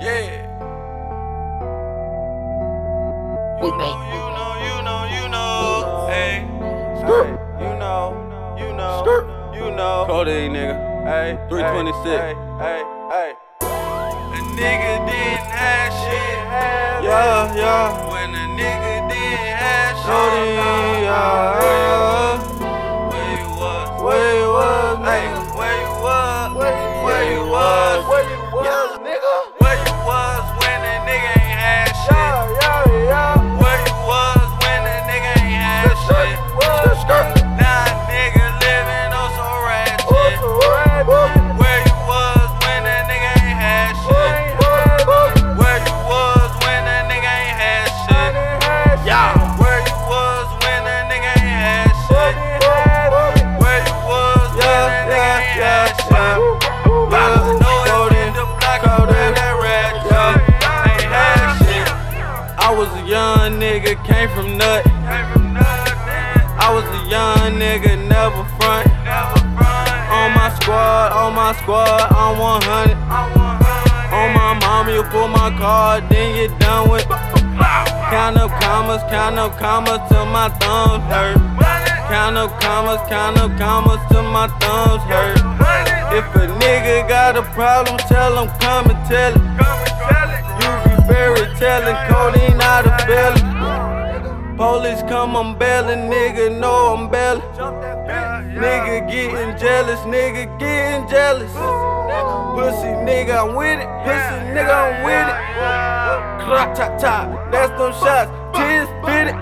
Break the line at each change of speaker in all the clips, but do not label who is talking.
Yeah. You
With me.
know, you know, you know, you know. Hey. Skirt. You know, you know. Skirt. You know.
Cody, nigga.
Hey.
326.
Hey, hey, hey. A nigga didn't have shit.
Yeah, yeah.
When a nigga didn't have shit.
Cody, yeah.
Where you was?
Where you was,
Hey,
nigga?
where you was? Where you was?
Where you was,
Yeah.
nigga?
Where you was when a nigga ain't had shit?
Yeah, yeah, yeah.
Where you was when a nigga ain't had shit?
Skirt, skirt, skirt.
Now a nigga living on some ratchet.
What's the red book?
Where you was when a nigga ain't had shit?
Red book.
Where you was when a nigga ain't had shit?
Yeah.
Where you was when a nigga ain't had
Red
shit?
book.
Where you was when a
Yeah,
nigga
yeah,
ain't
yeah,
had
yeah.
shit?
Yeah, Cody. I was a young nigga, came from nothing. I was a young nigga, never front. On my squad, on my squad, I'm 100. On my mom, you pull my card, then you done with. Count up commas, count up commas till my thumbs hurt. Count up commas, count up commas till my thumbs hurt. If a nigga got a problem, tell him come and tell it. You be very telling, Cody not a villain. Police come, I'm bailing, nigga know I'm bailing. Nigga getting jealous, nigga getting jealous. Pussy nigga, I'm with it. Pussy nigga, I'm with it. Clock, chop, chop. That's them shots. Tears fit it.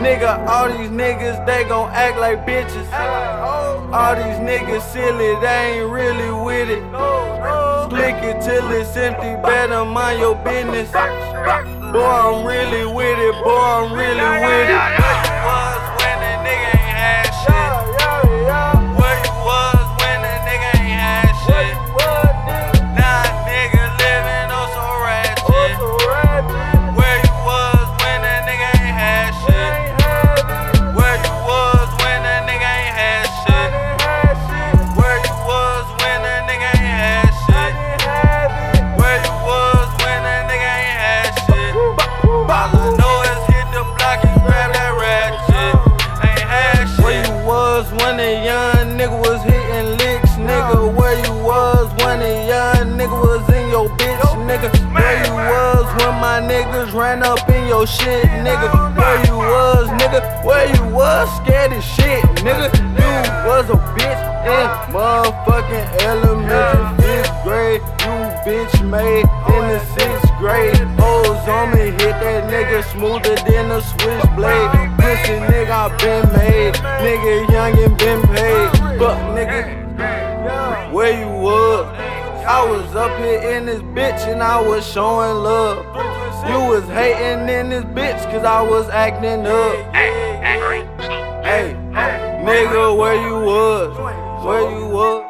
Nigga, all these niggas, they gon' act like bitches. All these niggas silly, they ain't really with it. Flick it till it's empty, better mind your business. Boy, I'm really with it, boy, I'm really with it.
Where you was when a nigga ain't had shit? Now a nigga living on some ratchet. Where you was when a nigga ain't had shit? Where you was when a nigga ain't had shit? Where you was when a nigga ain't had shit? Where you was when a nigga ain't had shit? All I know is hit the block and grab that ratchet. Ain't had
Where
shit.
you was when a young nigga was hitting licks, nigga. Where you was when a young nigga was in your bitch, nigga. Where you was when my niggas ran up in your shit, nigga. Where you was, nigga. Where you was scared as shit, nigga. You was a bitch in motherfucking elementary fifth grade. You bitch made in the sixth grade.
Oh,
Hoes on me hit that nigga smoother than a switchblade. Pussy nigga, I been made. Nigga young and been paid. But nigga, where you was? I was up here in this bitch and I was showing love. You was hating in this bitch cause I was acting up. Hey, nigga, where you was? Where you was?